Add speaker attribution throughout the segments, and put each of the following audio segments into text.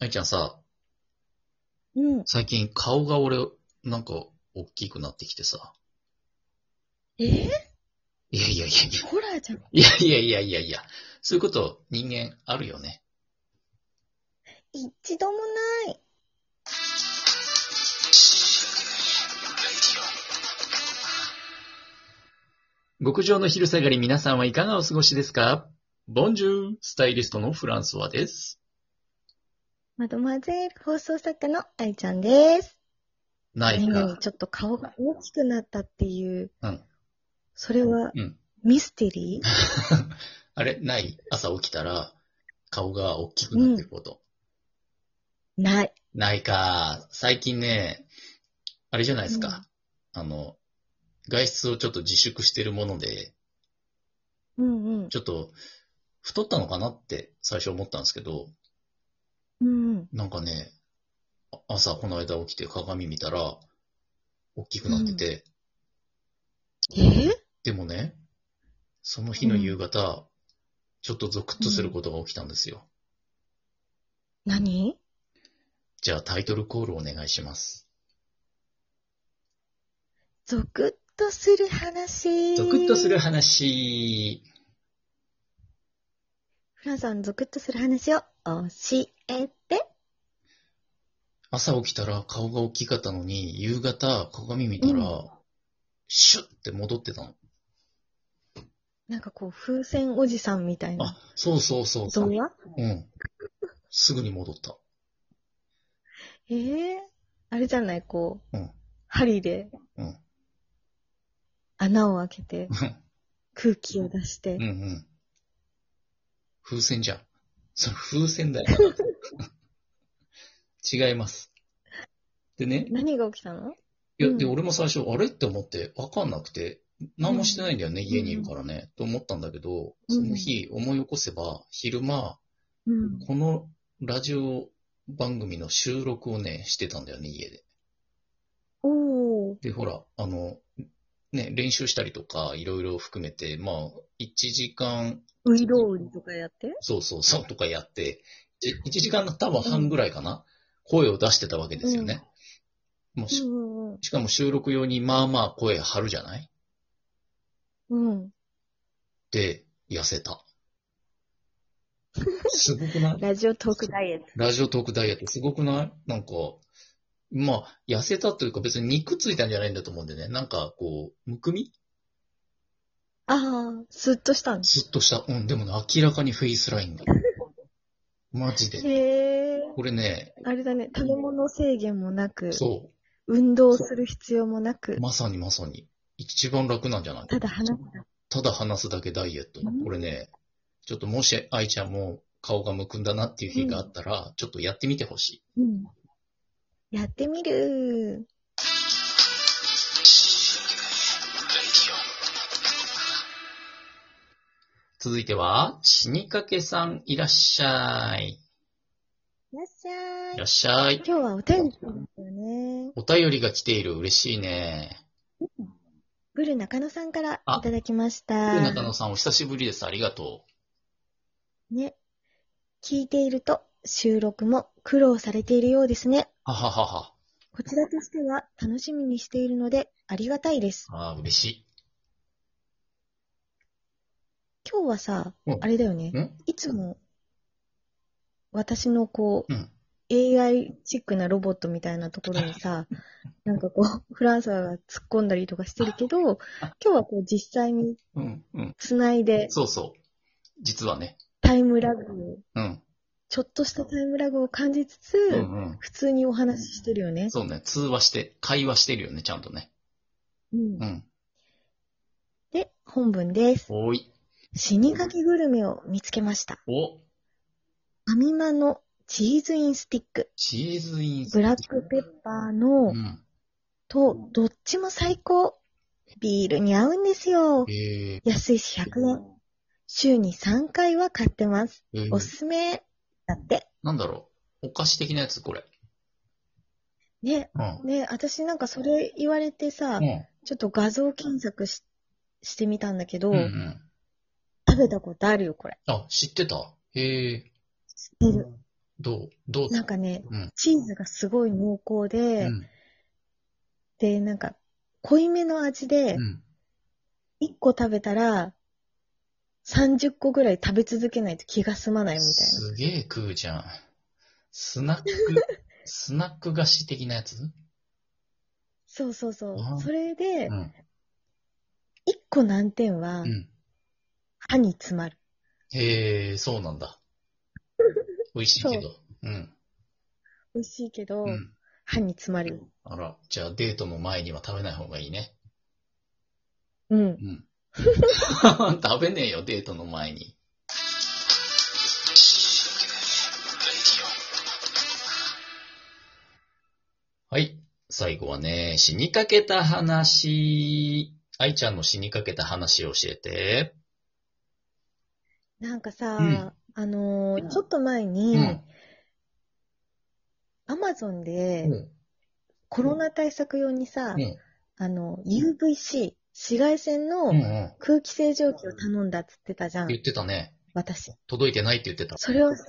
Speaker 1: 愛ちゃんさ、
Speaker 2: うん。
Speaker 1: 最近顔が俺、なんか、大きくなってきてさ。
Speaker 2: えー、
Speaker 1: いやいやい
Speaker 2: ホラーじゃん。
Speaker 1: やいや、いやいやいやいやいや、そういうこと人間あるよね。
Speaker 2: 一度もない。
Speaker 1: 極上の昼下がり皆さんはいかがお過ごしですかボンジュールスタイリストのフランソワです。
Speaker 2: マドマゼール放送作家の愛ちゃんです。
Speaker 1: ない
Speaker 2: 何々
Speaker 1: か。
Speaker 2: ちょっと顔が大きくなったっていう。
Speaker 1: うん
Speaker 2: それは
Speaker 1: うん。
Speaker 2: ミステリー、
Speaker 1: あれない朝起きたら、顔が大きくなってること。
Speaker 2: ない。
Speaker 1: ないか。最近ね、あれじゃないですか。あの、外出をちょっと自粛してるもので、
Speaker 2: うんうん。
Speaker 1: ちょっと、太ったのかなって最初思ったんですけど、
Speaker 2: うんうん。
Speaker 1: なんかね、あ朝この間起きて鏡見たら、大きくなってて、
Speaker 2: えー、
Speaker 1: でもね、その日の夕方、ちょっとゾクッとすることが起きたんですよ。
Speaker 2: 何
Speaker 1: じゃあタイトルコールお願いします。
Speaker 2: ゾクッとする話。
Speaker 1: ゾクッとする。話、
Speaker 2: フラさん、ゾクッとする話を教えて。
Speaker 1: 朝起きたら顔が大きかったのに、夕方鏡見たら、
Speaker 2: う
Speaker 1: シュッって戻ってたの。
Speaker 2: なんかこう、風船おじさんみたいな
Speaker 1: あ。、そうそうそう
Speaker 2: ゾ
Speaker 1: そう。
Speaker 2: ワ
Speaker 1: うん。すぐに戻った。
Speaker 2: ええあれじゃない、こう、
Speaker 1: うん
Speaker 2: 針で
Speaker 1: うん、
Speaker 2: 穴を開けて、
Speaker 1: うん
Speaker 2: 空気を出して
Speaker 1: うん、うん。風船じゃん。それ風船だよ。 違います。でね、
Speaker 2: 何が起きたの
Speaker 1: いや、で、
Speaker 2: うん
Speaker 1: 俺も最初、あれって思って、わかんなくて、何もしてないんだよね、
Speaker 2: ん
Speaker 1: 家にいるからね、と思ったんだけど、
Speaker 2: うん
Speaker 1: その日思い起こせば、昼間、
Speaker 2: うん。
Speaker 1: このラジオ番組の収録をね、してたんだよね、家で。
Speaker 2: おー。
Speaker 1: で、ほら、あの、ね、練習したりとか、いろいろ含めて、まあ、1時間
Speaker 2: ウイロウリとかやって
Speaker 1: そうそうそうとかやって、じ1時間の多分半ぐらいかな、声を出してたわけですよね。もうし
Speaker 2: うんうん
Speaker 1: しかも収録用にまあまあ声張るじゃない
Speaker 2: うん。うん。
Speaker 1: で、痩せた。すごく ない
Speaker 2: ラジオトークダイエット。
Speaker 1: ラジオトークダイエットすごくないなんか、まあ、痩せたというか別に肉ついたんじゃないんだと思うんでね。なんかこう、むくみ
Speaker 2: ああ、スッとしたの。
Speaker 1: ずっとした。うん、でもね、明らかにフェイスラインが。マ ジで。
Speaker 2: へえ。
Speaker 1: これね、
Speaker 2: あれだね、食べ物制限もなく、
Speaker 1: そ
Speaker 2: 運動する必要もなく
Speaker 1: う、、まさにまさに。一番楽なんじゃない
Speaker 2: ただ話すだ
Speaker 1: ただ話すだけダイエット
Speaker 2: うん。
Speaker 1: これね、ちょっともし愛ちゃんも顔がむくんだなっていう日があったら、ちょっとやってみてほしい。
Speaker 2: け。うん。やってみる
Speaker 1: 続いては、死にかけさんいらっしゃい。
Speaker 2: いらっしゃ
Speaker 1: い
Speaker 2: い
Speaker 1: らっ。しゃい。
Speaker 2: 今日はお天気ですよね。
Speaker 1: お便りが来ている。嬉しいね。
Speaker 2: ブル中野さんから
Speaker 1: あ
Speaker 2: いただきまし
Speaker 1: 中
Speaker 2: た。
Speaker 1: 野さんお久しぶりです。ありがと
Speaker 2: ね。聞いていると収録も苦労されているようですね。
Speaker 1: う。はははは。
Speaker 2: こちらとしては楽しみにしているのでありがたいです。
Speaker 1: あー嬉し
Speaker 2: 今日はさ
Speaker 1: うん、
Speaker 2: あれだよね
Speaker 1: い。。ん
Speaker 2: いつも私のこう、
Speaker 1: うん
Speaker 2: AI チックなロボットみたいなところに さ、なんかこう、フランスが突っ込んだりとかしてるけど、今日はこう実際に
Speaker 1: うん。うん。
Speaker 2: 繋いで
Speaker 1: そうそう。実はね。
Speaker 2: タイムラグを、
Speaker 1: うん。
Speaker 2: ちょっとしたタイムラグを感じつつ、
Speaker 1: うん
Speaker 2: 普通にお話ししてるよ
Speaker 1: う
Speaker 2: ね
Speaker 1: ん。。そうね。通話して、会話してるよね、ちゃんとね。
Speaker 2: うん
Speaker 1: う、ん。
Speaker 2: で、本文です。
Speaker 1: おい。
Speaker 2: 死にかけグルメを見つけました。
Speaker 1: お。
Speaker 2: ファミマのチーズインスティック、
Speaker 1: チーズインス
Speaker 2: ブラックペッパーの
Speaker 1: うん。
Speaker 2: と、どっちも最高。ビールに合うんですよ。
Speaker 1: ええ
Speaker 2: 安いし100円。週に3回は買ってます。
Speaker 1: ええ
Speaker 2: おすすめ。だって。
Speaker 1: なんだろう。お菓子的なやつ、これ。
Speaker 2: ね、
Speaker 1: うん。
Speaker 2: ね、私なんかそれ言われてさ、
Speaker 1: うん。
Speaker 2: ちょっと画像検索ししてみたんだけど、
Speaker 1: うんうん。
Speaker 2: 食べたことあるよ、これ。
Speaker 1: あ、知ってたへえ。
Speaker 2: 知ってる。
Speaker 1: どうどう
Speaker 2: なんかね、
Speaker 1: うん
Speaker 2: チーズがすごい濃厚で、
Speaker 1: うん。
Speaker 2: で、なんか、濃いめの味で、
Speaker 1: うん。
Speaker 2: 1個食べたら、30個ぐらい食べ続けないと気が済まないみたいな。
Speaker 1: すげえ食うじゃん。ス ナック、スナック菓子的なやつ
Speaker 2: そうそうそう
Speaker 1: あ。
Speaker 2: それで、
Speaker 1: う
Speaker 2: 1
Speaker 1: ん。
Speaker 2: 個難点は
Speaker 1: う、ん。
Speaker 2: 歯に詰まる。
Speaker 1: へえ、そうなん だ。美味しいけど。うん。
Speaker 2: 美味しいけど、
Speaker 1: うん。
Speaker 2: 歯に詰まるよ。
Speaker 1: あら、じゃあデートの前には食べない方がいいね。
Speaker 2: うん。
Speaker 1: うん。 食べねえよ、デートの前に。はい。最後はね、死にかけた話。愛ちゃんの死にかけた話を教えて。
Speaker 2: なんかさ、
Speaker 1: うん
Speaker 2: あのーちょっと前
Speaker 1: う
Speaker 2: に、
Speaker 1: ん。
Speaker 2: アマゾン
Speaker 1: う
Speaker 2: で、
Speaker 1: ん。
Speaker 2: コロナ対策用にさ、
Speaker 1: うん。
Speaker 2: あの、UVC、紫外線
Speaker 1: うん。う
Speaker 2: の
Speaker 1: ん
Speaker 2: 空気清浄機を頼んだっつってたじゃん、
Speaker 1: 言ってたね。
Speaker 2: 私。
Speaker 1: 届いてないって言ってた。
Speaker 2: それをさ、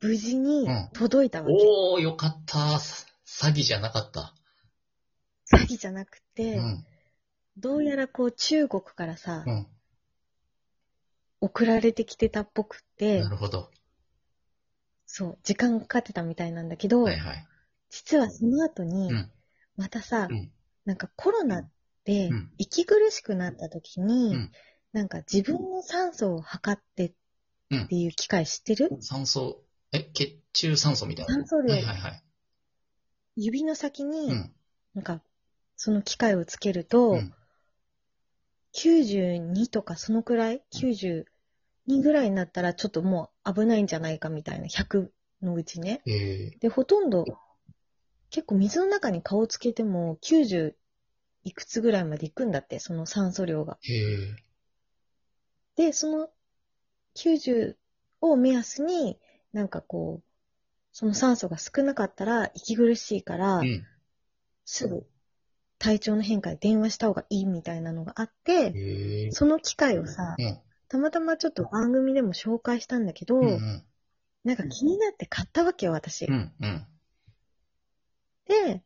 Speaker 2: 無事に
Speaker 1: うん
Speaker 2: 届いたわけ。
Speaker 1: おー、よかった。さ詐欺じゃなかった。
Speaker 2: 詐欺じゃなくて、
Speaker 1: うん。
Speaker 2: どうやらこう中国からさ、
Speaker 1: うん。
Speaker 2: 送られてきてたっぽくって
Speaker 1: な、るほど。
Speaker 2: そう、時間かかってたみたいなんだけど、
Speaker 1: はいはい。
Speaker 2: 実はその後に、
Speaker 1: うん
Speaker 2: またさ、
Speaker 1: うん
Speaker 2: なんかコロナって
Speaker 1: うん
Speaker 2: 息苦しくなった時に、
Speaker 1: うん
Speaker 2: なんか自分の酸素を測ってっていう機械知ってる、
Speaker 1: 酸素、え、血中酸素みたいな。
Speaker 2: 酸素量
Speaker 1: はいはいはい。
Speaker 2: 指の先に、
Speaker 1: うん。
Speaker 2: なんか、その機械をつけると、
Speaker 1: うん
Speaker 2: 92とかそのくらい、92ぐらいになったらちょっともう危ないんじゃないかみたいな、100のうちね。
Speaker 1: え
Speaker 2: で、ほとんど、結構水の中に顔つけても90いくつぐらいまでいくんだって、その酸素量が。
Speaker 1: ー、え
Speaker 2: で、その90を目安に、なんかこう、その酸素が少なかったら息苦しいから、
Speaker 1: ー、うん。
Speaker 2: すぐ体調の変化で電話した方がいいみたいなのがあって、
Speaker 1: えー、
Speaker 2: その機会をさ、
Speaker 1: うん。
Speaker 2: たまたまちょっと番組でも紹介したんだけど、
Speaker 1: うんうん。
Speaker 2: なんか気になって買ったわけよ、私。
Speaker 1: うんうん。
Speaker 2: で、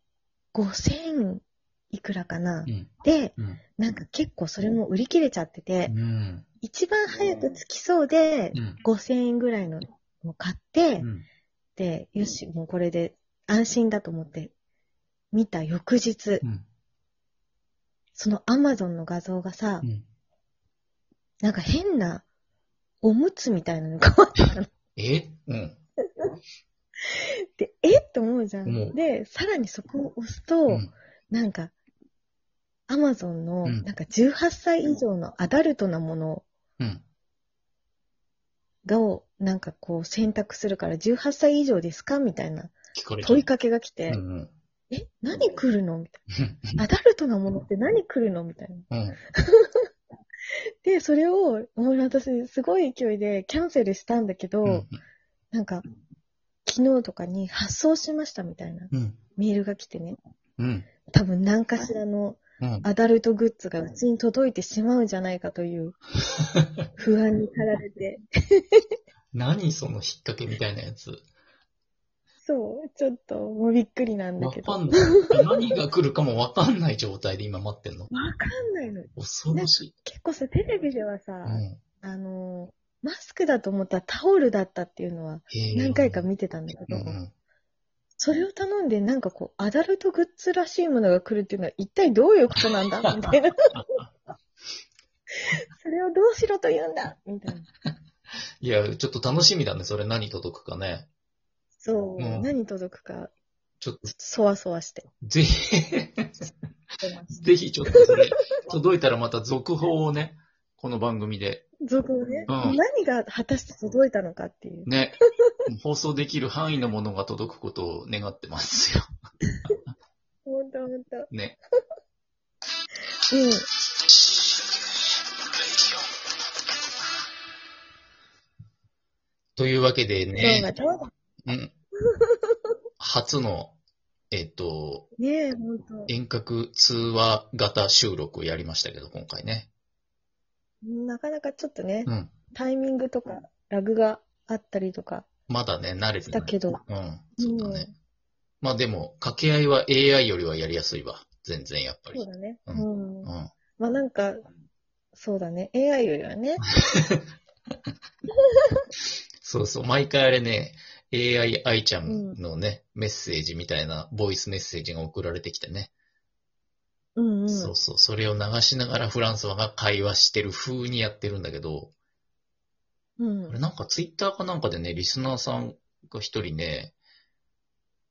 Speaker 2: 5000いくらかな。
Speaker 1: うん
Speaker 2: で、
Speaker 1: うん。
Speaker 2: なんか結構それも売り切れちゃってて、
Speaker 1: うん。
Speaker 2: 一番早く着きそうで、
Speaker 1: うん。
Speaker 2: 5000円ぐらいのを買って、
Speaker 1: うん。
Speaker 2: で、よし、もうこれで安心だと思って、見た翌日、
Speaker 1: うん。
Speaker 2: その Amazon の画像がさ、
Speaker 1: うん。
Speaker 2: なんか変なおむつみたいなのがあったの。
Speaker 1: えうん。
Speaker 2: で、えって 思うじゃ
Speaker 1: 思
Speaker 2: ん。
Speaker 1: う
Speaker 2: で、さらにそこを押すと、
Speaker 1: うん。
Speaker 2: なんか、アマゾンの、
Speaker 1: うん
Speaker 2: なんか18歳以上のアダルトなもの
Speaker 1: うん。
Speaker 2: がを、なんかこう選択するから、18歳以上ですかみたいな
Speaker 1: 聞かれた
Speaker 2: 問いかけが来て、
Speaker 1: うんうん。
Speaker 2: え、何来るのみたいな。アダルトなものって何来るのみたいな。
Speaker 1: うん。
Speaker 2: で、それを、もう私、すごい勢いでキャンセルしたんだけど、
Speaker 1: うん。
Speaker 2: なんか、昨日とかに発送しましたみたいな
Speaker 1: うん。
Speaker 2: メールが来てね。
Speaker 1: うん。
Speaker 2: 多分何かしらの
Speaker 1: うん。
Speaker 2: アダルトグッズがうちに届いてしまうんじゃないか という不安に駆られて、
Speaker 1: 何その引っ掛けみたいなやつ。
Speaker 2: そう、ちょっともうびっくりなんだ
Speaker 1: わ
Speaker 2: けど。
Speaker 1: か
Speaker 2: わ
Speaker 1: んない。何が来るかもわかんない状態で今待ってんの。
Speaker 2: かんないの。
Speaker 1: 恐ろしい。
Speaker 2: 結構さ、テレビではさ、
Speaker 1: うん。
Speaker 2: あの、マスクだと思ったらタオルだったっていうのは
Speaker 1: へー
Speaker 2: 何回か見てたんだけ
Speaker 1: う
Speaker 2: ど、
Speaker 1: んうん。
Speaker 2: それを頼んでなんかこう、アダルトグッズらしいものが来るっていうのは一体どういうことなんだみた いな。それをどうしろと言うんだみたいな。
Speaker 1: いや、ちょっと楽しみだね。それ何届くかね。
Speaker 2: そう、
Speaker 1: うん
Speaker 2: 何届くか、
Speaker 1: ちょっと、
Speaker 2: そわそわして
Speaker 1: ぜひ、
Speaker 2: ます。
Speaker 1: ぜひちょっとそれ、届いたらまた続報をね、この番組で。
Speaker 2: 続報ね、
Speaker 1: うん
Speaker 2: 何が果たして届いたのかっていう。
Speaker 1: ね。 放送できる範囲のものが届くことを願ってますよ。
Speaker 2: ほんとほんと。
Speaker 1: ね。
Speaker 2: うん。
Speaker 1: というわけで
Speaker 2: 今日が
Speaker 1: ね、
Speaker 2: どうだ
Speaker 1: うん、初の、えっと、
Speaker 2: ねえ、ほんと。
Speaker 1: 遠隔通話型収録をやりましたけど、今回ね。
Speaker 2: なかなかちょっとね、
Speaker 1: うん。
Speaker 2: タイミングとか、ラグがあったりとか、
Speaker 1: まだね、慣れてない。
Speaker 2: だけど。
Speaker 1: うん、そうだね。まあでも、掛け合いは AI よりはやりやすいわ。全然やっぱり。
Speaker 2: そうだね。
Speaker 1: う
Speaker 2: う
Speaker 1: う
Speaker 2: ん。
Speaker 1: ん。
Speaker 2: まあなんか、そうだね。AI よりはね。
Speaker 1: そうそう。毎回あれね、AI 愛ちゃんのね、メッセージみたいな、ボイスメッセージが送られてきてね。
Speaker 2: うんうん。
Speaker 1: そうそう。それを流しながらフランスワが会話してる風にやってるんだけど、
Speaker 2: うん
Speaker 1: あれ。なんかツイッターかなんかでね、リスナーさんが一人ね、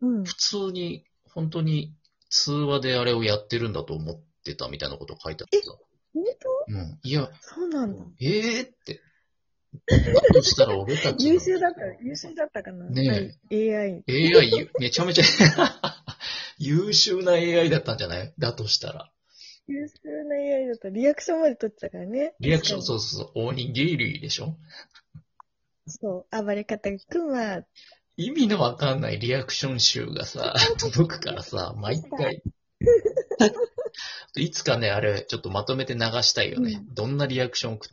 Speaker 2: うん。
Speaker 1: 普通に、本当に通話であれをやってるんだと思ってたみたいなこと書いてあった。
Speaker 2: 本当
Speaker 1: うん。いや、
Speaker 2: そうなんだ。
Speaker 1: ええー、って。だとしたら俺たちの。
Speaker 2: 優秀だった、優秀だったかな。
Speaker 1: ね
Speaker 2: え。AI。
Speaker 1: AI ゆ、めちゃめ ちゃ優秀な AI だったんじゃないだとしたら。
Speaker 2: 優秀な AI だった。リアクションまで取ってたからね。。
Speaker 1: リアクション、そううそうそう、おにぎりでしょ
Speaker 2: そう。暴れ方がクマ。
Speaker 1: 意味のわかんないリアクション集がさ、届くからさ、毎回。いつかね、あれ、ちょっとまとめて流したいよね。
Speaker 2: う
Speaker 1: どんなリアクション送っ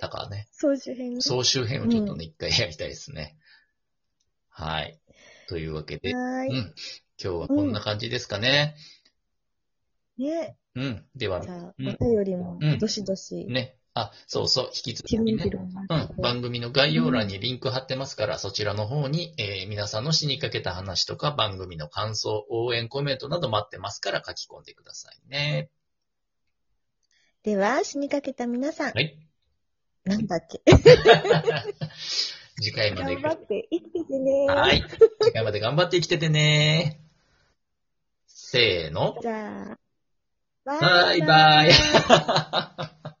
Speaker 1: たかね。
Speaker 2: 総集編ね。
Speaker 1: 総集編をちょっとね、一回やりたいですね。はい。というわけで、
Speaker 2: は
Speaker 1: う
Speaker 2: ーい。
Speaker 1: ん。今日はこんな感じですかね。
Speaker 2: ね。
Speaker 1: うん。では
Speaker 2: じ、ゃあ、
Speaker 1: うん
Speaker 2: お便りも
Speaker 1: うん、
Speaker 2: どしどし、
Speaker 1: ね。あ、そうそう、引き続
Speaker 2: 自
Speaker 1: きね
Speaker 2: 分で。もら
Speaker 1: う
Speaker 2: っ
Speaker 1: ん、番組の概要欄にリンク貼ってますから、そちらの方に、えー皆さんの死にかけた話とか、番組の感想、応援コメントなど待ってますから書き込んでくださいね。
Speaker 2: て。では、死にかけた皆さん、
Speaker 1: はい。
Speaker 2: なんだっけ。
Speaker 1: 次回まで
Speaker 2: 頑。張って生きててね。
Speaker 1: はい。次回まで頑張って生きててね。せーの。
Speaker 2: じゃあ、バ
Speaker 1: バイバイ。